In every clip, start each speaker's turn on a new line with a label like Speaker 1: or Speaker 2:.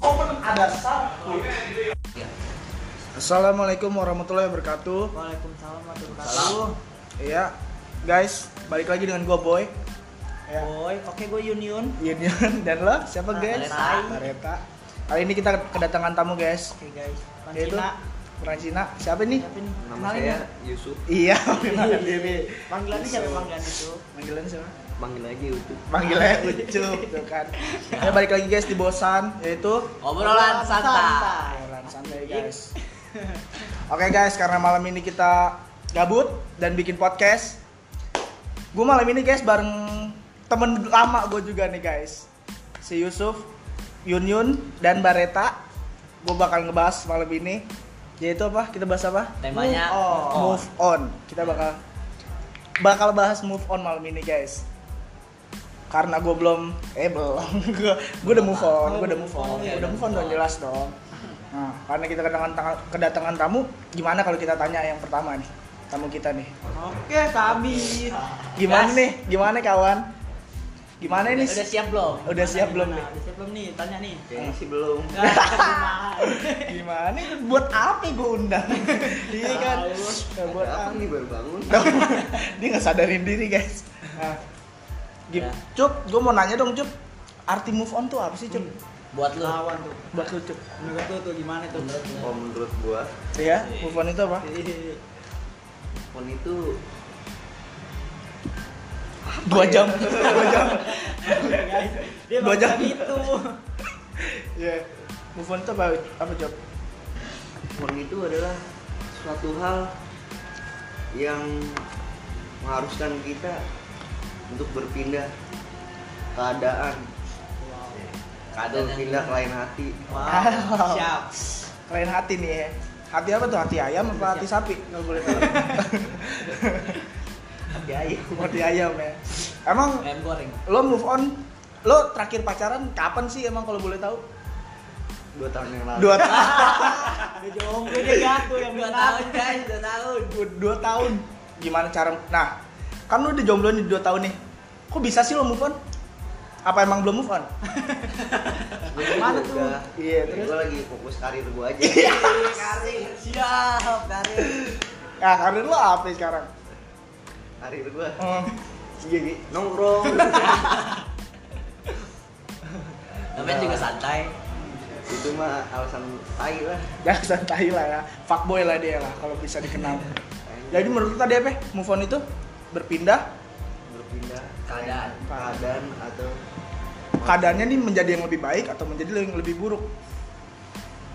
Speaker 1: ada satu.
Speaker 2: Assalamualaikum warahmatullahi wabarakatuh.
Speaker 1: Waalaikumsalam warahmatullahi wabarakatuh.
Speaker 2: Iya, guys, balik lagi dengan gua Boy. Ya.
Speaker 1: Boy, oke gue Yuniun.
Speaker 2: Yunion dan lo siapa
Speaker 1: Ah,
Speaker 2: guys?
Speaker 1: Tareta.
Speaker 2: Tareta. Kali ini kita kedatangan tamu guys,
Speaker 1: Oke guys, orang
Speaker 2: yaitu
Speaker 1: Cina.
Speaker 2: orang Cina. Siapa nih?
Speaker 1: Siapa
Speaker 3: Nama saya Yusuf,
Speaker 2: Iya, panggilan diri.
Speaker 1: Panggilannya siapa panggilan itu?
Speaker 2: Panggilan siapa?
Speaker 3: manggil aja Yusuf.
Speaker 2: Panggilannya Ucup, tuh kan. Ya balik lagi guys di Bosan, yaitu
Speaker 1: Obrolan santai.
Speaker 2: Obrolan santai guys. Oke guys, karena malam ini kita gabut dan bikin podcast. Gue malam ini guys bareng temen lama gue juga nih guys. Si Yusuf, Yun Yun, dan Bareta. Gue bakal ngebahas malam ini. Yaitu apa? Kita bahas apa?
Speaker 1: Temanya
Speaker 2: move on. Move on. Kita bakal bakal bahas move on malam ini guys. Karena gue belum, eh belum, gue gue udah move on, gue udah move on,
Speaker 1: Oke,
Speaker 2: udah move on dong jelas dong. Nah, karena kita kedatangan tang- kedatangan tamu, gimana kalau kita tanya yang pertama nih tamu kita nih?
Speaker 1: Oke, kami.
Speaker 2: Gimana
Speaker 1: Gas.
Speaker 2: nih? Gimana kawan? Gimana ini?
Speaker 1: Udah, udah siap belum?
Speaker 2: Udah siap belum
Speaker 1: gimana?
Speaker 2: nih?
Speaker 1: Udah siap belum nih? Tanya nih.
Speaker 3: Kayaknya sih belum.
Speaker 1: Nggak, gimana?
Speaker 2: Gimana? Buat apa gue undang? Iya kan? Nah, buat
Speaker 3: Ada apa
Speaker 2: apa?
Speaker 3: nih baru bangun?
Speaker 2: Dia nggak sadarin diri guys. Nah, gim-
Speaker 4: Ya.
Speaker 2: Cup, gue mau nanya dong Cup, arti move on tuh apa sih Cup?
Speaker 4: buat lu
Speaker 1: Lawan tuh.
Speaker 2: Buat lu Cup?
Speaker 1: Menurut lu tuh gimana tuh?
Speaker 3: Kalau Oh, menurut gua,
Speaker 2: Ya, move on itu apa?
Speaker 1: Jadi,
Speaker 3: pon itu
Speaker 2: Dua jam. Dua jam.
Speaker 1: guys, dia
Speaker 2: Dua jam.
Speaker 1: bakal gitu.
Speaker 2: Iya. Move on itu apa? Apa Cup?
Speaker 3: pon itu adalah suatu hal yang mengharuskan kita untuk berpindah keadaan,
Speaker 4: keadaan
Speaker 3: berpindah ke lain hati.
Speaker 1: Wow. Siap.
Speaker 2: Kalian hati nih ya. Hati apa tuh? Hati ayam apa hati sapi? Nggak boleh tahu.
Speaker 3: Hati aja.
Speaker 2: Hati ayam ya. Emang
Speaker 4: ayam goreng
Speaker 2: lo move on, lo terakhir pacaran kapan sih emang kalau boleh tahu?
Speaker 3: Dua tahun yang lalu.
Speaker 2: Dua tahun.
Speaker 1: Udah jomblo dia jatuh yang
Speaker 4: dua
Speaker 1: benar.
Speaker 4: tahun guys dua tahun
Speaker 2: dua, dua tahun gimana cara nah kan lu udah jomblo nih dua tahun nih kok bisa sih lo move on apa emang belum move on
Speaker 3: Gua
Speaker 1: Mana tuh?
Speaker 3: juga-
Speaker 2: Iya, terus?
Speaker 3: Gua lagi fokus karir gua aja.
Speaker 4: siap karir
Speaker 2: ya karir lo apa sekarang
Speaker 3: karir gua.
Speaker 2: Hmm,
Speaker 3: Iya, Gi. nongkrong.
Speaker 4: namanya juga santai
Speaker 3: itu mah alasan tai lah.
Speaker 2: dasar tai lah ya fuckboy lah dia lah kalau bisa dikenal jadi menurut kita dia apa ya? move on itu berpindah
Speaker 3: berpindah ke
Speaker 4: Keadaan.
Speaker 3: keadaan atau
Speaker 2: keadaannya nih menjadi yang lebih baik atau menjadi yang lebih buruk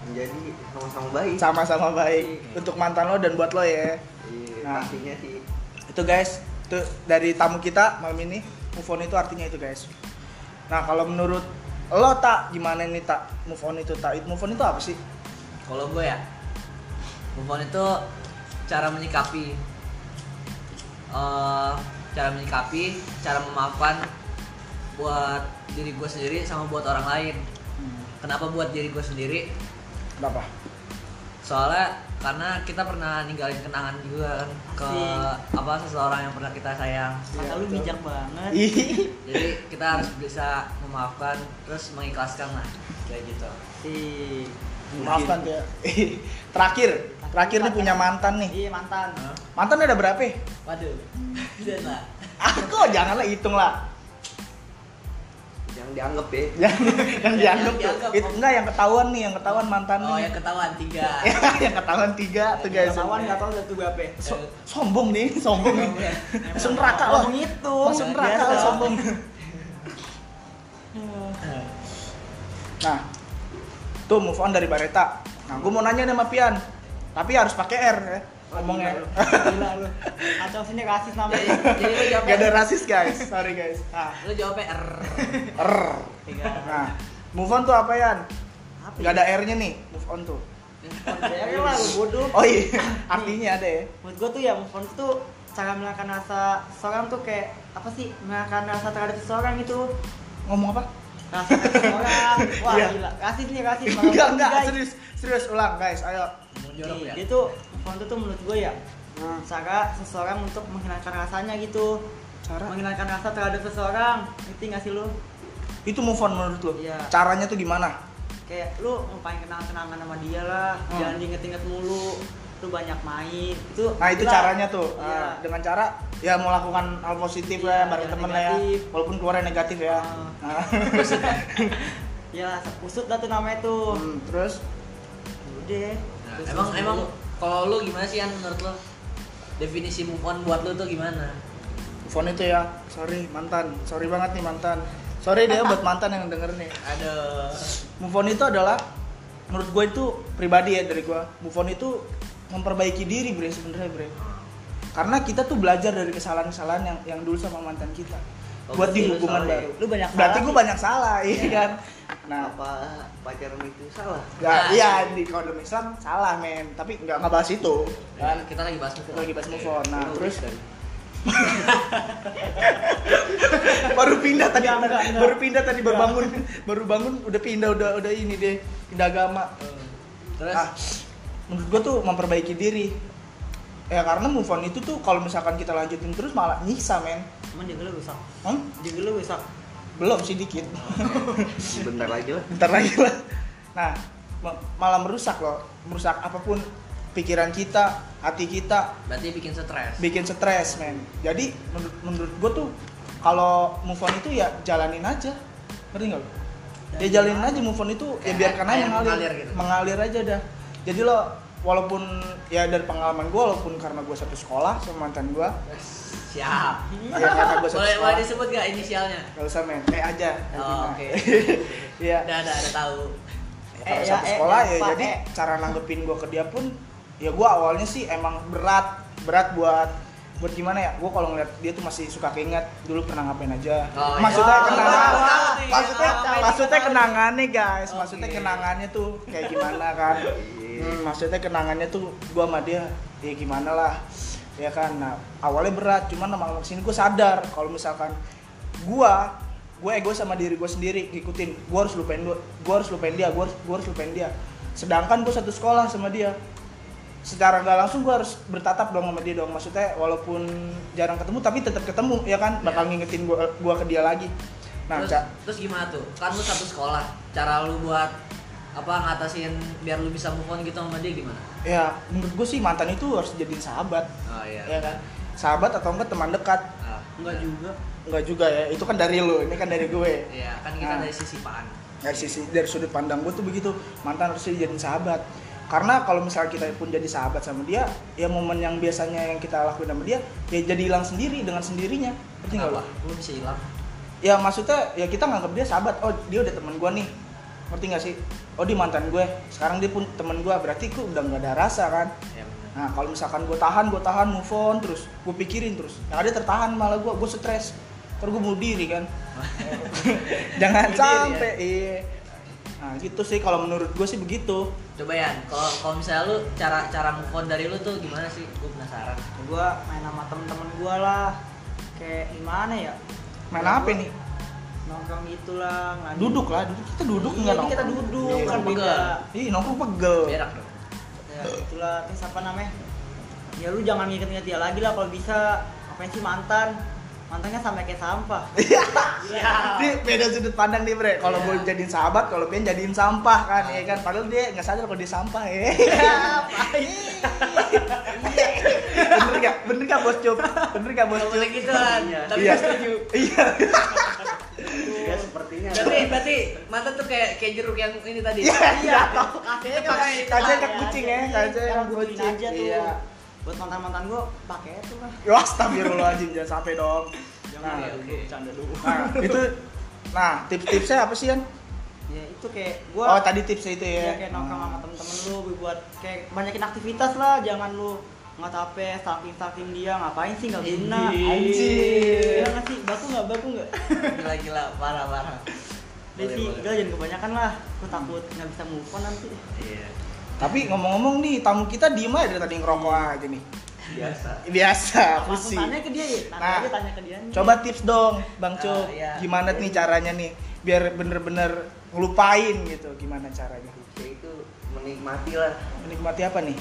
Speaker 3: menjadi sama-sama baik
Speaker 2: sama-sama baik untuk mantan lo dan buat lo ya
Speaker 3: Iya,
Speaker 2: Nah.
Speaker 3: pastinya sih
Speaker 2: itu guys itu dari tamu kita malam ini move on itu artinya itu guys nah kalau menurut lo tak gimana nih tak move on itu tak move on itu apa sih
Speaker 4: kalau gue ya move on itu cara menyikapi eh cara menyikapi cara memaafkan buat diri gue sendiri sama buat orang lain kenapa buat diri gue sendiri
Speaker 2: kenapa
Speaker 4: soalnya karena kita pernah ninggalin kenangan juga kan ke
Speaker 1: Asik.
Speaker 4: apa seseorang yang pernah kita sayang
Speaker 2: Iya,
Speaker 1: Kata lu bijak banget.
Speaker 2: Ih,
Speaker 4: jadi kita harus bisa memaafkan terus mengikhlaskan lah kayak gitu
Speaker 1: Sih.
Speaker 2: maafkan tuh ya Ih, terakhir terakhir nih punya mantan nih
Speaker 1: Iya mantan.
Speaker 2: mantan ada berapa ya?
Speaker 4: waduh dan lah
Speaker 2: aku janganlah hitung lah
Speaker 3: yang dianggap ya
Speaker 2: yang, yang dianggap
Speaker 4: yang dianggap,
Speaker 2: itu
Speaker 4: Om.
Speaker 2: enggak yang ketahuan nih yang ketahuan mantan
Speaker 4: oh yang
Speaker 2: nih
Speaker 4: ketahuan tiga
Speaker 2: yang Iya, ketahuan tiga tuh guys
Speaker 1: Guys, lawan enggak tahu satu berapa.
Speaker 2: So- sombong nih sombong nih masuk neraka lo
Speaker 1: Eh, Ngomong itu.
Speaker 2: masuk neraka lo
Speaker 1: Biasa.
Speaker 2: sombong
Speaker 1: Hmm.
Speaker 2: Nah, tuh move on dari Bareta. Nah, gue mau nanya nih sama Pian, tapi harus pakai R ya ngomongnya.
Speaker 1: Gila lu. Atau sini rasis
Speaker 4: jadi,
Speaker 1: namanya.
Speaker 2: Iya.
Speaker 4: jadi lu ya.
Speaker 2: Gak ada
Speaker 4: jawabnya
Speaker 2: rasis guys, sorry guys. Nah,
Speaker 4: lu ya, jawabnya R
Speaker 2: R.
Speaker 1: Tiga.
Speaker 2: Nah, move on tuh apa Yan?
Speaker 1: Apa
Speaker 2: Gak ada R-nya nih, move on tuh.
Speaker 1: Ya lah lu bodoh.
Speaker 2: Oh iya, artinya ada ya.
Speaker 1: Menurut gua tuh ya move on tuh cara melakukan rasa seorang tuh kayak apa sih melakukan rasa terhadap seseorang gitu. itu
Speaker 2: Ngomong apa?
Speaker 1: rasa terhadap seseorang wah
Speaker 2: Iya.
Speaker 1: gila rasis nih rasis
Speaker 2: Enggak, enggak,
Speaker 1: Guys.
Speaker 2: serius, serius ulang guys, ayo.
Speaker 4: Mau jorok
Speaker 1: Nih,
Speaker 4: ya
Speaker 2: Iya.
Speaker 1: dia tuh move on tuh menurut gue ya cara seseorang untuk menghilangkan rasanya gitu
Speaker 2: Cara
Speaker 1: menghilangkan rasa terhadap seseorang ngerti nggak sih lu
Speaker 2: itu move on menurut lo?
Speaker 1: Iya.
Speaker 2: Caranya tuh gimana?
Speaker 1: kayak lu ngapain kenangan-kenangan sama dia lah
Speaker 2: Hmm.
Speaker 1: jangan diinget-inget mulu lu banyak main itu
Speaker 2: Nah itu
Speaker 1: lah.
Speaker 2: caranya tuh
Speaker 1: Iya.
Speaker 2: Nah, dengan cara ya melakukan hal positif
Speaker 1: Iya,
Speaker 2: ya bareng
Speaker 1: jangan
Speaker 2: temen lah ya
Speaker 1: negatif. Ah.
Speaker 2: walaupun keluarnya negatif ya. Nah,
Speaker 1: ya usut lah tuh namanya tuh
Speaker 2: hmm, terus Hmm.
Speaker 1: udah
Speaker 4: Nah,
Speaker 1: Terus-
Speaker 4: emang
Speaker 1: terus
Speaker 4: emang
Speaker 1: mulu.
Speaker 4: kalau lu gimana sih yang menurut lu definisi move on buat lu tuh gimana?
Speaker 2: phone itu ya sorry mantan sorry banget nih mantan sorry deh buat mantan yang denger nih
Speaker 4: Ada
Speaker 2: move on itu adalah menurut gue itu pribadi ya dari gue move on itu memperbaiki diri bre sebenarnya bre karena kita tuh belajar dari kesalahan-kesalahan yang yang dulu sama mantan kita
Speaker 4: Oh,
Speaker 2: buat
Speaker 4: berarti
Speaker 2: di
Speaker 4: lu
Speaker 2: hubungan
Speaker 4: salah ya?
Speaker 2: baru
Speaker 1: lu banyak
Speaker 2: berarti
Speaker 1: salah
Speaker 2: gue
Speaker 1: nih.
Speaker 2: banyak salah iya
Speaker 4: Iya.
Speaker 2: kan nah
Speaker 3: apa pacaran itu salah
Speaker 2: nggak-
Speaker 4: Nah.
Speaker 2: iya di kalau dalam Islam salah men tapi nggak nggak bahas itu
Speaker 4: kan
Speaker 2: kan
Speaker 4: kita lagi bahas move
Speaker 2: Kita
Speaker 4: on.
Speaker 2: lagi bahas move on nah
Speaker 3: Lu
Speaker 2: terus
Speaker 3: Kristen.
Speaker 2: baru pindah tadi
Speaker 1: Enggak, enggak, enggak.
Speaker 2: baru pindah tadi baru bangun baru bangun udah pindah udah udah ini deh pindah agama
Speaker 4: Terus
Speaker 2: Nah, menurut gua tuh memperbaiki diri. Ya karena move on itu tuh kalau misalkan kita lanjutin terus malah nyiksa men.
Speaker 1: emang jaga lu rusak
Speaker 2: Hmm?
Speaker 1: jaga lu rusak
Speaker 2: Belum sih dikit.
Speaker 3: bentar lagi lah
Speaker 2: Bentar lagi lah. Nah, ma- malah merusak loh. Merusak apapun pikiran kita, hati kita,
Speaker 4: berarti bikin stres.
Speaker 2: bikin stres men. Jadi menurut, menurut gua tuh kalau move on itu ya jalanin aja. Ngerti nggak lo? Ya jalanin aja move on itu ya
Speaker 4: Kayak
Speaker 2: biarkan aja
Speaker 4: air
Speaker 2: mengalir.
Speaker 4: mengalir gitu.
Speaker 2: Mengalir aja dah. Jadi lo walaupun ya dari pengalaman gue walaupun karena gue satu sekolah sama mantan gue
Speaker 4: Siap.
Speaker 2: ya karena gue satu
Speaker 4: Boleh boleh
Speaker 2: sekolah
Speaker 4: disebut gak inisialnya?
Speaker 2: gak usah men eh aja
Speaker 4: Oh, Oke.
Speaker 2: Iya.
Speaker 4: Udah ada ada tahu.
Speaker 2: karena
Speaker 1: Eh, ya,
Speaker 2: satu
Speaker 1: eh,
Speaker 2: sekolah
Speaker 1: eh,
Speaker 2: ya
Speaker 1: Pak,
Speaker 2: jadi
Speaker 1: eh.
Speaker 2: cara nanggepin gue ke dia pun ya gue awalnya sih emang berat berat buat buat gimana ya gue kalau ngeliat dia tuh masih suka keinget dulu pernah ngapain aja
Speaker 4: Oh, iya.
Speaker 2: maksudnya
Speaker 1: Oh,
Speaker 2: kenangan
Speaker 1: iya.
Speaker 2: maksudnya
Speaker 1: Apa yang
Speaker 2: maksudnya
Speaker 1: diketahui?
Speaker 2: kenangannya
Speaker 1: Oh,
Speaker 2: guys
Speaker 4: Oke.
Speaker 2: maksudnya
Speaker 1: iya.
Speaker 2: kenangannya tuh kayak gimana kan Hmm, maksudnya kenangannya tuh gua sama dia ya gimana lah ya kan nah, awalnya berat cuman lama-lama kesini gue sadar kalau misalkan gua gue ego sama diri gue sendiri ngikutin gua harus lupain gua, gua harus lupain dia gua harus, gua harus lupain dia sedangkan gue satu sekolah sama dia secara nggak langsung gue harus bertatap dong sama dia dong maksudnya walaupun jarang ketemu tapi tetap ketemu ya kan bakal ngingetin gua gua ke dia lagi nah
Speaker 4: terus,
Speaker 2: Ca,
Speaker 4: terus gimana tuh? Kan lu satu sekolah. Cara lu buat apa ngatasin biar lu bisa move on gitu sama dia gimana?
Speaker 2: ya menurut gue sih mantan itu harus jadiin sahabat
Speaker 4: Oh iya.
Speaker 2: ya kan sahabat atau enggak teman dekat
Speaker 4: Ah,
Speaker 1: enggak juga
Speaker 2: Enggak juga ya, itu kan dari lu, ini kan dari gue.
Speaker 4: Iya, kan kita
Speaker 2: Nah.
Speaker 4: dari sisi paan.
Speaker 2: Dari sisi dari sudut pandang gue tuh begitu, mantan harus jadi sahabat. Karena kalau misalnya kita pun jadi sahabat sama dia, ya momen yang biasanya yang kita lakuin sama dia, ya jadi hilang sendiri dengan sendirinya. Ngerti nggak
Speaker 4: Kenapa?
Speaker 2: lo?
Speaker 4: Lu bisa hilang.
Speaker 2: Ya maksudnya ya kita nganggap dia sahabat. Oh dia udah teman gue nih, ngerti nggak sih? Oh dia mantan gue, sekarang dia pun teman gue, berarti gue udah nggak ada rasa kan?
Speaker 4: Ya benar.
Speaker 2: Nah kalau misalkan gue tahan, gue tahan move on terus, gue pikirin terus. Yang ada tertahan malah gue, gue stres. Terus gue bunuh diri kan. Jangan
Speaker 4: Bunuh
Speaker 1: ya.
Speaker 4: diri,
Speaker 2: sampai. Iya. Nah gitu sih kalau menurut gue sih begitu.
Speaker 4: Coba ya, kalau kalau misalnya lu cara cara move on dari lu tuh gimana sih? Gue penasaran.
Speaker 1: gua main sama temen-temen gua lah kayak gimana ya
Speaker 2: Main
Speaker 1: Ya,
Speaker 2: apa
Speaker 1: gua
Speaker 2: nih?
Speaker 1: nongkrong gitulah ngadu-
Speaker 2: Duduk lah, duduk. Kita duduk
Speaker 1: Iya,
Speaker 2: nggak
Speaker 1: ini kita
Speaker 2: nongkrong?
Speaker 1: duduk
Speaker 2: Iya.
Speaker 1: kan beda
Speaker 4: Pegang.
Speaker 2: Ih nongkrong pegel.
Speaker 4: Berak dong.
Speaker 1: ya itulah terus apa namanya ya lu jangan nginget-nginget dia lagi lah kalau bisa ngapain sih mantan mantannya sampai kayak sampah
Speaker 2: Iya. Ini beda sudut pandang nih bre. Kalau
Speaker 4: Iya.
Speaker 2: gue jadiin sahabat, kalau pengen jadiin sampah kan, ya kan. Padahal dia nggak sadar kalau dia sampah ya. bener nggak? Bener nggak bos Cup? Bener nggak bos
Speaker 4: Gak
Speaker 2: Cup?
Speaker 4: boleh gitu kan.
Speaker 3: Iya.
Speaker 4: Tapi
Speaker 2: Iya.
Speaker 4: gue setuju.
Speaker 2: Iya.
Speaker 3: ya sepertinya
Speaker 4: Berarti berarti mantan tuh kayak kayak jeruk yang ini tadi.
Speaker 2: Iya.
Speaker 1: kasihnya
Speaker 2: Pakai- kasihnya ke kucing ya, kasihnya
Speaker 1: yang
Speaker 2: ke
Speaker 1: kucing
Speaker 2: kucing.
Speaker 1: aja tuh
Speaker 2: Iya.
Speaker 1: buat mantan-mantan gua pakai itu lah
Speaker 2: Wah, iya. astagfirullahaladzim, jangan sampai dong.
Speaker 1: jangan
Speaker 2: Nah,
Speaker 1: ya,
Speaker 4: oke.
Speaker 1: dulu, canda dulu
Speaker 2: Nah, itu nah, tips-tipsnya apa sih, Yan?
Speaker 1: ya itu kayak gua
Speaker 2: Oh, tadi tipsnya itu ya.
Speaker 1: Iya kayak nongkrong sama temen-temen lu buat kayak banyakin aktivitas lah jangan lu nggak tape stalking stalking dia ngapain sih nggak guna
Speaker 4: Anjing.
Speaker 1: Iya nggak sih baku nggak baku nggak
Speaker 4: Gila-gila parah-parah.
Speaker 1: Jadi sih
Speaker 4: Boleh,
Speaker 1: udah jangan kebanyakan lah lu takut nggak bisa move on nanti
Speaker 4: Iya.
Speaker 2: Tapi ngomong-ngomong nih, tamu kita diem aja dari tadi ngerokok aja nih.
Speaker 3: biasa
Speaker 2: Biasa,
Speaker 1: langsung
Speaker 2: pusing.
Speaker 1: tanya ke dia ya nanti
Speaker 2: Nah,
Speaker 1: aja tanya ke dia
Speaker 2: Coba tips dong, Bang
Speaker 4: Ah,
Speaker 2: Cuk.
Speaker 4: iya.
Speaker 2: Gimana nih caranya nih biar bener-bener ngelupain gitu. Gimana caranya?
Speaker 3: ya itu menikmati lah
Speaker 2: Menikmati apa nih?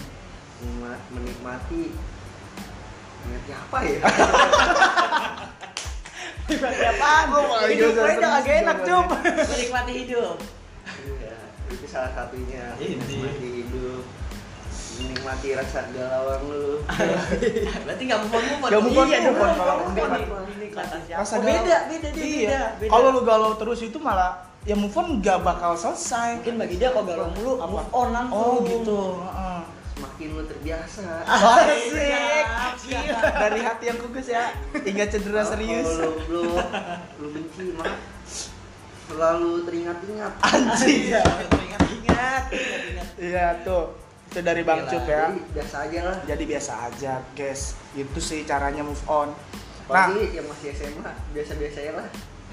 Speaker 3: Menima- menikmati menikmati apa ya
Speaker 1: Berarti apaan?
Speaker 2: Oh,
Speaker 1: Hidupnya
Speaker 2: iya,
Speaker 1: udah
Speaker 2: iya,
Speaker 1: agak
Speaker 2: iya,
Speaker 1: enak
Speaker 2: iya.
Speaker 1: cup
Speaker 4: Menikmati hidup.
Speaker 3: Iya, itu itu salah satunya
Speaker 4: Ini.
Speaker 3: menikmati hidup menikmati rasa galauan lu
Speaker 2: Iya.
Speaker 4: Berarti nggak move on move on.
Speaker 2: Nggak move on,
Speaker 4: Iya,
Speaker 2: move on.
Speaker 4: nggak
Speaker 2: Kalau
Speaker 4: move on.
Speaker 2: move
Speaker 4: Nih, Ini kata siapa?
Speaker 2: Rasa
Speaker 1: Oh,
Speaker 2: galau.
Speaker 1: beda, beda, dia beda,
Speaker 2: Iya.
Speaker 1: beda.
Speaker 2: Kalau lu galau terus itu malah ya move on gak bakal selesai.
Speaker 1: mungkin bagi dia kalau galau mulu
Speaker 2: Apa?
Speaker 1: move on langsung.
Speaker 2: Oh gitu. heeh.
Speaker 3: semakin lu terbiasa
Speaker 1: Ah,
Speaker 2: Asik.
Speaker 1: iya. Gila.
Speaker 2: Dari hati yang kugus ya. Hingga cedera
Speaker 3: Kalau
Speaker 2: serius.
Speaker 3: lu lu lu benci mah selalu teringat-ingat
Speaker 2: Anjing.
Speaker 1: Iya. Ingat, ingat, ingat, ingat.
Speaker 2: Iya tuh. Itu dari Bang Cup
Speaker 4: Gila.
Speaker 2: ya.
Speaker 3: jadi biasa aja lah
Speaker 2: Jadi biasa aja, guys. Itu sih caranya move on. Nah,
Speaker 3: apalagi yang masih SMA biasa-biasa aja lah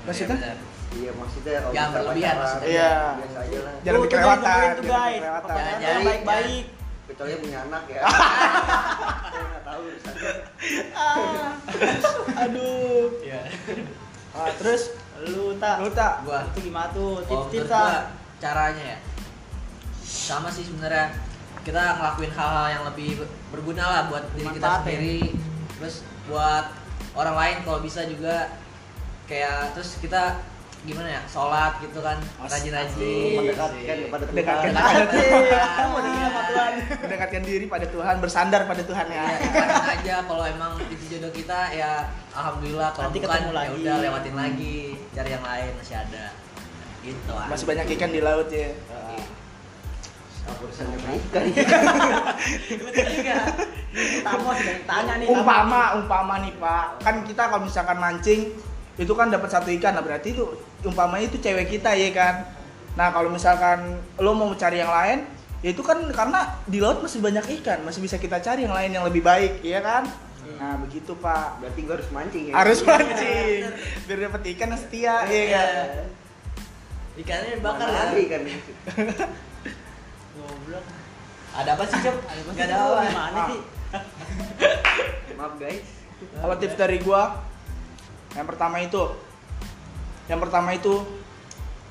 Speaker 2: Maksudnya?
Speaker 4: Iya, benar.
Speaker 3: iya maksudnya kalau
Speaker 4: Jangan
Speaker 3: kita
Speaker 4: berlebihan,
Speaker 3: pacaran,
Speaker 4: maksudnya.
Speaker 2: Iya.
Speaker 3: biasa aja lah
Speaker 2: Jangan
Speaker 1: Tuh, tuh,
Speaker 2: dikelewatan,
Speaker 1: dengerin tuh
Speaker 2: jangan
Speaker 1: guys.
Speaker 2: dikelewatan.
Speaker 1: Pokoknya
Speaker 4: Jangan, jangan.
Speaker 1: baik-baik.
Speaker 3: kecuali punya anak ya Saya nggak tahu urusannya.
Speaker 2: aduh.
Speaker 4: Iya.
Speaker 2: Ah, terus
Speaker 1: Lu tak.
Speaker 2: lu tak Oh,
Speaker 4: Gua
Speaker 1: Itu gimana tuh?
Speaker 4: Kalau Oh, menurut
Speaker 1: Tips-tips
Speaker 4: gua,
Speaker 1: ah.
Speaker 4: caranya ya sama sih sebenarnya kita ngelakuin hal-hal yang lebih berguna lah buat diri kita
Speaker 1: Manfaatin.
Speaker 4: sendiri terus buat orang lain kalau bisa juga kayak terus kita gimana ya sholat gitu kan
Speaker 2: Asik.
Speaker 4: rajin-rajin Iya.
Speaker 3: mendekatkan kepada Tuhan.
Speaker 2: Iya, Mendekatkan
Speaker 4: Tuhan.
Speaker 2: kepada Tuhan.
Speaker 1: Kamu ada gila sama Tuhan.
Speaker 2: Nah, mendekatkan diri pada Tuhan, bersandar pada Tuhan ya.
Speaker 4: Ya, jalanin aja kalau emang itu jodoh kita ya alhamdulillah kalau
Speaker 1: Nanti
Speaker 4: bukan
Speaker 1: ketemu
Speaker 4: ya
Speaker 1: lagi.
Speaker 4: udah lewatin lagi cari yang lain masih ada gitu
Speaker 2: Masih banyak ikan di laut ya.
Speaker 3: apa urusannya Nah. menikah
Speaker 1: Tamu ada yang tanya nih. Tamu.
Speaker 2: Umpama, umpama nih Pak, kan kita kalau misalkan mancing itu kan dapat satu ikan, nah berarti itu umpamanya itu cewek kita ya kan. Nah kalau misalkan lo mau cari yang lain, ya itu kan karena di laut masih banyak ikan, masih bisa kita cari yang lain yang lebih baik, iya kan? Nah begitu Pak,
Speaker 3: berarti gue harus mancing ya
Speaker 2: harus mancing biar dapat ikan yang setia, iya kan?
Speaker 4: ikannya
Speaker 3: bakar
Speaker 4: dibakar
Speaker 3: lagi
Speaker 4: ya
Speaker 3: kan
Speaker 1: Goblok.
Speaker 4: ada apa sih cep nggak ada
Speaker 1: Lu
Speaker 4: apa
Speaker 1: Gimana
Speaker 2: Ah.
Speaker 1: sih?
Speaker 3: maaf guys
Speaker 2: Kalau tips dari gua yang pertama itu yang pertama itu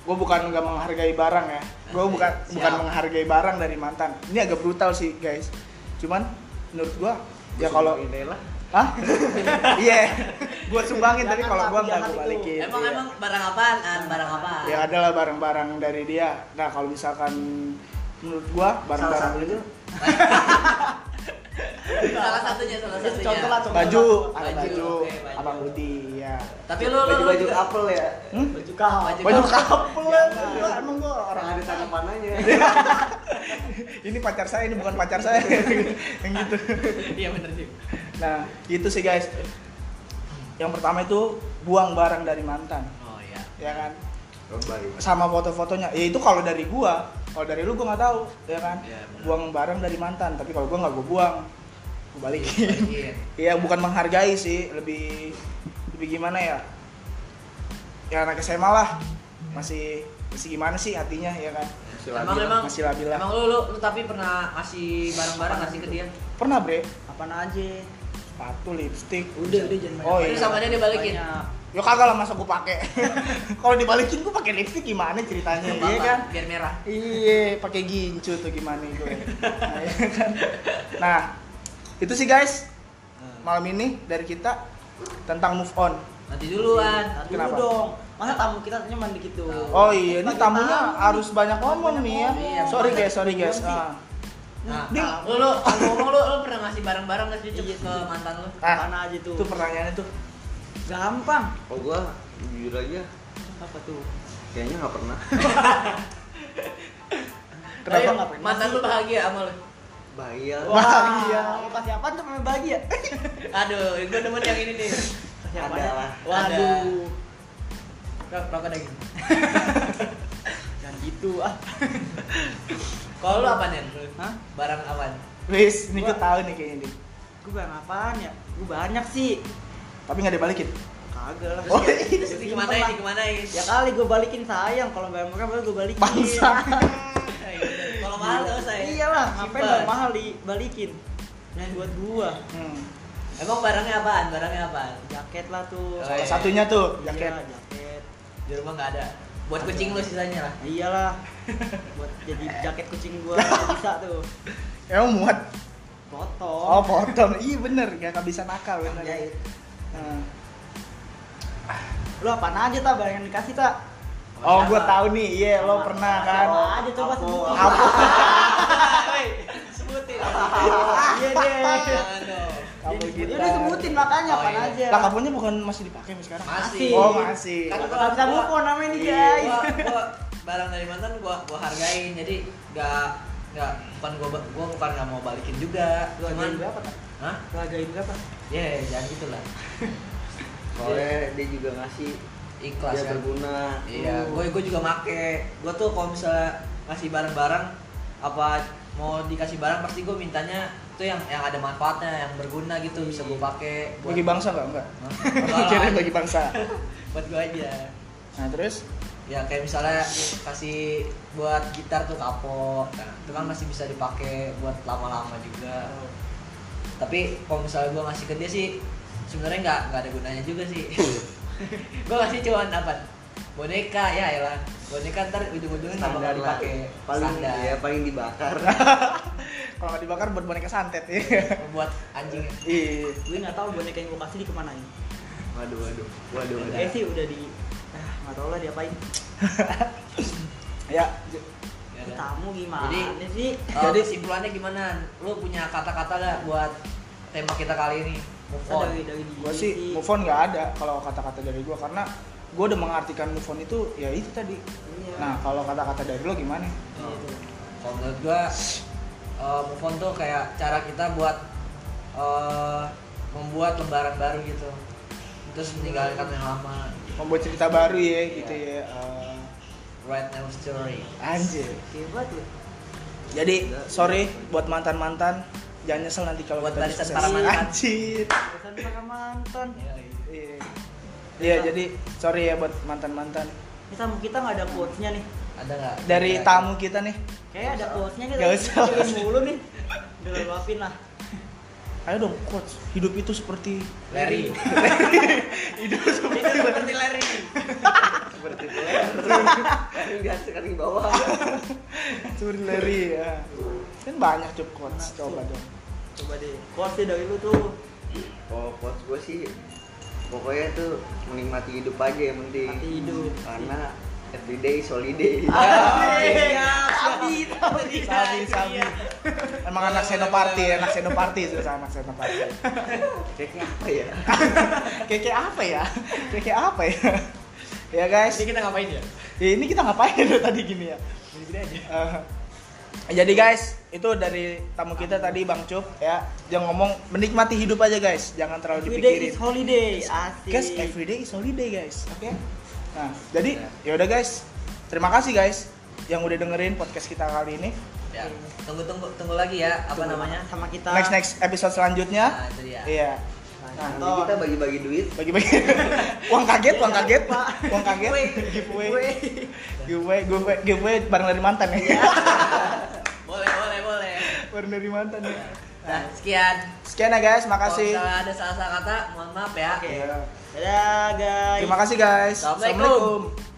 Speaker 2: gua bukan nggak menghargai barang ya. Gua bukan
Speaker 4: Siap.
Speaker 2: bukan menghargai barang dari mantan. Ini agak brutal sih, guys. Cuman menurut gua ya kalau
Speaker 3: ini lah
Speaker 2: Hah? Iya. Gua sumbangin tapi
Speaker 1: Jangan,
Speaker 2: kalau gua
Speaker 1: tapi
Speaker 2: nggak
Speaker 1: jangan
Speaker 2: gua
Speaker 1: itu.
Speaker 2: balikin.
Speaker 4: emang
Speaker 2: Iya.
Speaker 4: emang barang apaan An? barang apaan
Speaker 2: ya adalah barang-barang dari dia. Nah, kalau misalkan menurut gua
Speaker 3: salah
Speaker 2: barang-barang
Speaker 3: satunya
Speaker 4: salah satunya salah satunya
Speaker 1: Contoh lah, contoh.
Speaker 2: baju, ada
Speaker 4: Baju,
Speaker 2: baju,
Speaker 4: oke, baju.
Speaker 2: Abang Budi, ya.
Speaker 4: tapi lu lu
Speaker 3: baju
Speaker 4: lu
Speaker 3: baju
Speaker 4: juga-
Speaker 3: apel ya
Speaker 2: Hmm?
Speaker 1: Baju kau.
Speaker 4: Baju
Speaker 2: Baju
Speaker 4: kau.
Speaker 2: kapel
Speaker 3: Jangan.
Speaker 2: lah, emang gua orang
Speaker 3: orang ada tanamannya
Speaker 2: ini pacar saya ini bukan pacar saya yang gitu
Speaker 4: iya bener sih
Speaker 2: nah gitu sih guys yang pertama itu buang barang dari mantan
Speaker 4: oh iya
Speaker 2: ya kan
Speaker 3: oh, baik
Speaker 2: sama foto-fotonya ya itu kalau dari gua kalau dari lu gua nggak tahu ya kan
Speaker 4: Iya, benar.
Speaker 2: buang barang dari mantan tapi kalau gua nggak gua buang gua balikin
Speaker 4: Iya.
Speaker 2: ya bukan menghargai sih lebih lebih gimana ya ya anak SMA lah masih masih gimana sih hatinya ya kan
Speaker 4: emang emang
Speaker 2: masih labil lah
Speaker 4: emang lu lu lu tapi pernah ngasih barang-barang ngasih ke dia
Speaker 2: pernah bre
Speaker 1: Apaan aja?
Speaker 2: sepatu lipstick
Speaker 1: Udah, udah jangan
Speaker 2: Oh,
Speaker 1: banyak-banyak.
Speaker 2: iya.
Speaker 4: Terus sama dia dibalikin.
Speaker 1: Banyak.
Speaker 2: Ya kagak lah masa gue pakai. Kalau dibalikin gue pakai lipstick gimana ceritanya?
Speaker 4: Nggak
Speaker 2: Iya
Speaker 4: apa-apa,
Speaker 2: kan?
Speaker 4: biar merah
Speaker 2: Iya, pakai gincu tuh gimana gue. Nah, iya kan? Nah, itu sih guys malam ini dari kita tentang move on.
Speaker 4: nanti duluan
Speaker 2: Iya.
Speaker 1: Ntar dulu
Speaker 2: Kenapa?
Speaker 1: dong. Masa tamu kita nyaman dikit tuh.
Speaker 2: Oh iya, ini
Speaker 1: Bagi
Speaker 2: tamunya
Speaker 1: tamu
Speaker 2: harus
Speaker 1: nih.
Speaker 2: banyak ngomong
Speaker 1: Banyak
Speaker 2: nih ya.
Speaker 1: ngomong.
Speaker 4: Iya,
Speaker 2: Sorry
Speaker 1: Masa
Speaker 2: guys, sorry
Speaker 1: diam
Speaker 2: guys.
Speaker 1: sih?
Speaker 2: Ah.
Speaker 4: Nah,
Speaker 2: Ding.
Speaker 4: kalau lu, lu, kalau ngomong lu, lu pernah ngasih barang-barang nggak sih Cep,
Speaker 1: Iya,
Speaker 4: ke
Speaker 1: iya.
Speaker 4: mantan lu?
Speaker 2: Nah,
Speaker 1: Apaan aja tuh?
Speaker 2: itu pertanyaannya tuh.
Speaker 1: Gampang.
Speaker 3: oh gua jujur aja
Speaker 1: Apa tuh?
Speaker 3: kayaknya nggak pernah
Speaker 2: Kenapa
Speaker 1: Ayo,
Speaker 2: nggak pernah
Speaker 4: Mantan lu bahagia sama lu?
Speaker 3: bahaya
Speaker 2: Bahagia.
Speaker 1: Wah, Kasih apa tuh namanya bahagia?
Speaker 4: Aduh, gue demen yang ini nih.
Speaker 1: Kasih apa
Speaker 3: Ada lah.
Speaker 1: Waduh.
Speaker 4: Rok, rokok daging.
Speaker 1: Dan gitu ah.
Speaker 4: Kalau lu apa nih?
Speaker 1: Hah?
Speaker 4: Barang awan.
Speaker 2: Wis, ini gue
Speaker 1: Gua-
Speaker 2: tahu nih kayaknya nih.
Speaker 1: Gue barang apaan ya? Gue banyak sih.
Speaker 2: Tapi nggak dibalikin.
Speaker 1: Kagak lah.
Speaker 2: Oh,
Speaker 1: Gua
Speaker 4: Terus
Speaker 1: simpen
Speaker 4: dikemanain,
Speaker 1: lah.
Speaker 4: dikemanain.
Speaker 1: Ya kali gue balikin sayang kalau bayar murah baru gue balikin.
Speaker 2: Bangsa.
Speaker 4: Iya, Kalau mahal
Speaker 1: Iya.
Speaker 4: gak usah ya?
Speaker 1: Iyalah, ngapain
Speaker 4: Simpan.
Speaker 1: bayar mahal dibalikin? Nah buat gua
Speaker 2: Hmm.
Speaker 4: Emang barangnya apaan? Barangnya apaan?
Speaker 1: jaket lah tuh.
Speaker 4: Oh,
Speaker 2: Salah
Speaker 4: iya.
Speaker 2: satunya tuh
Speaker 1: Iya,
Speaker 2: jaket.
Speaker 1: jaket.
Speaker 4: Di rumah gak ada. Buat kucing lu sisanya lah.
Speaker 1: Nah, iyalah. buat jadi jaket kucing gua kalau bisa tuh.
Speaker 2: Emang muat.
Speaker 1: Potong.
Speaker 2: Oh potong, iya bener, gak kehabisan akal bener
Speaker 1: Anjay.
Speaker 2: Nah,
Speaker 1: Lu apaan aja tak barang yang dikasih tak?
Speaker 2: Oh,
Speaker 4: siapa?
Speaker 2: gue tahu nih. Iya, lo
Speaker 1: Ah.
Speaker 2: pernah kan.
Speaker 1: Siapa aja coba
Speaker 3: Apo,
Speaker 1: sebut.
Speaker 3: Apo.
Speaker 4: Woi, sebutin
Speaker 1: Iya deh.
Speaker 4: Jangan dong.
Speaker 2: Kabel
Speaker 1: Ya
Speaker 2: gitar.
Speaker 1: udah sebutin makanya
Speaker 4: Oh,
Speaker 1: apaan
Speaker 4: iya.
Speaker 1: aja.
Speaker 2: Lah kabelnya bukan masih dipakai sampai sekarang?
Speaker 4: Masih.
Speaker 2: Oh, masih.
Speaker 4: Kan Iya,
Speaker 1: Gak bisa move on namanya nih guys.
Speaker 4: gua, gua barang dari mantan gua gua hargain jadi gak gak bukan gua ba- gua bukan gak mau balikin juga
Speaker 1: Lu hargain berapa tak?
Speaker 4: hah
Speaker 1: Lu hargain berapa?
Speaker 4: ya jangan gitulah
Speaker 3: Soalnya dia juga ngasih
Speaker 4: ikhlas
Speaker 3: dia
Speaker 4: kan
Speaker 3: berguna.
Speaker 4: iya gua gua juga make gua tuh kalau misalnya ngasih barang-barang apa mau dikasih barang pasti gua mintanya itu yang yang ada manfaatnya yang berguna gitu bisa gua pakai buat
Speaker 2: Bagi bangsa nggak? Enggak.
Speaker 4: Hah?
Speaker 2: Kira bagi bangsa.
Speaker 4: buat gua aja
Speaker 2: Nah, terus
Speaker 4: ya kayak misalnya kasih buat gitar tuh kapok nah, itu kan masih bisa dipakai buat lama-lama juga tapi kalau misalnya gue ngasih ke dia sih sebenarnya nggak nggak ada gunanya juga sih gue ngasih cuman apa boneka ya elah boneka ntar ujung-ujungnya tambah nggak
Speaker 3: Standar lah.
Speaker 4: dipakai
Speaker 3: Paling
Speaker 4: standar
Speaker 3: ya paling dibakar.
Speaker 2: kalau nggak dibakar buat boneka santet ya.
Speaker 4: buat anjing
Speaker 2: Iya.
Speaker 1: Gue nggak tahu boneka yang gue kasih dikemanain.
Speaker 3: Waduh waduh waduh.
Speaker 4: Udah.
Speaker 1: Kayaknya sih udah di ah nggak tahu lah diapain.
Speaker 2: Ya,
Speaker 4: Ya udah.
Speaker 1: Tamu gimana
Speaker 4: Jadi-
Speaker 1: sih?
Speaker 4: Oh,
Speaker 2: Jadi-
Speaker 4: kesimpulannya gimana lu punya kata-kata nggak buat tema kita kali ini move on
Speaker 1: Dari dari
Speaker 2: gua sih move on nggak ada kalau kata-kata dari gua karena gua udah mengartikan move on itu ya itu tadi.
Speaker 1: Iya.
Speaker 2: Nah, kalau kata-kata dari lo gimana?
Speaker 1: Iya tuh.
Speaker 4: Kalau menurut gua eh, move on tuh kayak cara kita buat eh, membuat lembaran baru gitu. Terus meninggalkan kata yang lama.
Speaker 2: Membuat cerita baru ya
Speaker 4: Iya.
Speaker 2: gitu ya. eh,
Speaker 4: Right now story.
Speaker 2: anjir.
Speaker 1: Hebat lu.
Speaker 2: Jadi, sorry buat mantan-mantan jangan nyesel nanti kalau
Speaker 4: Buat
Speaker 2: kita
Speaker 4: barisan
Speaker 2: sukses.
Speaker 4: para mantan.
Speaker 2: Anjir.
Speaker 1: Biasanya sama mantan.
Speaker 2: Iya. Iya, jadi sorry ya buat mantan-mantan.
Speaker 1: Ini tamu kita nggak ada quotes-nya nih.
Speaker 4: Ada nggak?
Speaker 2: Dari
Speaker 4: Kira-kira?
Speaker 2: tamu kita nih.
Speaker 1: Kayaknya ada quotes-nya kita.
Speaker 2: Nggak usah.
Speaker 1: Kita mulu nih. Udah luapin lah.
Speaker 2: Ayo dong, coach. Hidup itu seperti
Speaker 4: Larry.
Speaker 1: Kita seperti Larry.
Speaker 3: Seperti boleh. Yang di atas kaki bawah.
Speaker 2: Curi Larry ya. Kan banyak cup quotes. Coba dong.
Speaker 1: Coba deh. Quotes dari lu tuh.
Speaker 3: Oh quotes gue sih pokoknya tuh menikmati hidup aja yang penting.
Speaker 1: Mati hidup. Ah.
Speaker 3: Karena everyday is holiday.
Speaker 1: Abi, Abi,
Speaker 2: Ah, iya. Sabi, sabi. Emang anak senoparti, anak senoparti susah anak senoparti.
Speaker 3: Kayaknya apa ya?
Speaker 2: Keke apa ya? Keke apa ya? ya guys,
Speaker 4: Jadi kita ngapain ya?
Speaker 2: ya ini kita ngapain dari tadi gini ya?
Speaker 4: Gini-gini aja.
Speaker 2: Eh, jadi guys, itu dari tamu kita tadi Bang Cup ya. Yang ngomong menikmati hidup aja guys, jangan terlalu
Speaker 1: Everyday is
Speaker 2: dipikirin.
Speaker 1: holiday. Asik.
Speaker 2: Guys, everyday is holiday guys, oke? Nah, jadi ya udah guys, terima kasih guys yang udah dengerin podcast kita kali ini.
Speaker 4: Ya, tunggu tunggu tunggu lagi ya. Apa
Speaker 1: Tunggu
Speaker 4: namanya?
Speaker 1: sama kita.
Speaker 2: Next next episode selanjutnya,
Speaker 4: Nah, itu dia.
Speaker 2: iya.
Speaker 1: Nah,
Speaker 2: Nah,
Speaker 3: Nanti kita bagi-bagi duit.
Speaker 2: bagi-bagi uang kaget, uang kaget,
Speaker 1: Pak.
Speaker 2: uang kaget, giveaway, giveaway, giveaway, giveaway barang dari mantan ya,
Speaker 4: Boleh, boleh, boleh.
Speaker 2: barang dari mantan ya.
Speaker 4: Nah, sekian.
Speaker 2: Sekian ya guys,
Speaker 4: Kalau
Speaker 2: makasih.
Speaker 4: misalnya ada salah-salah kata, mohon maaf ya.
Speaker 1: Oke.
Speaker 2: Iya.
Speaker 1: Dadah guys.
Speaker 2: Terima kasih guys.
Speaker 4: Assalamualaikum.
Speaker 2: Assalamualaikum.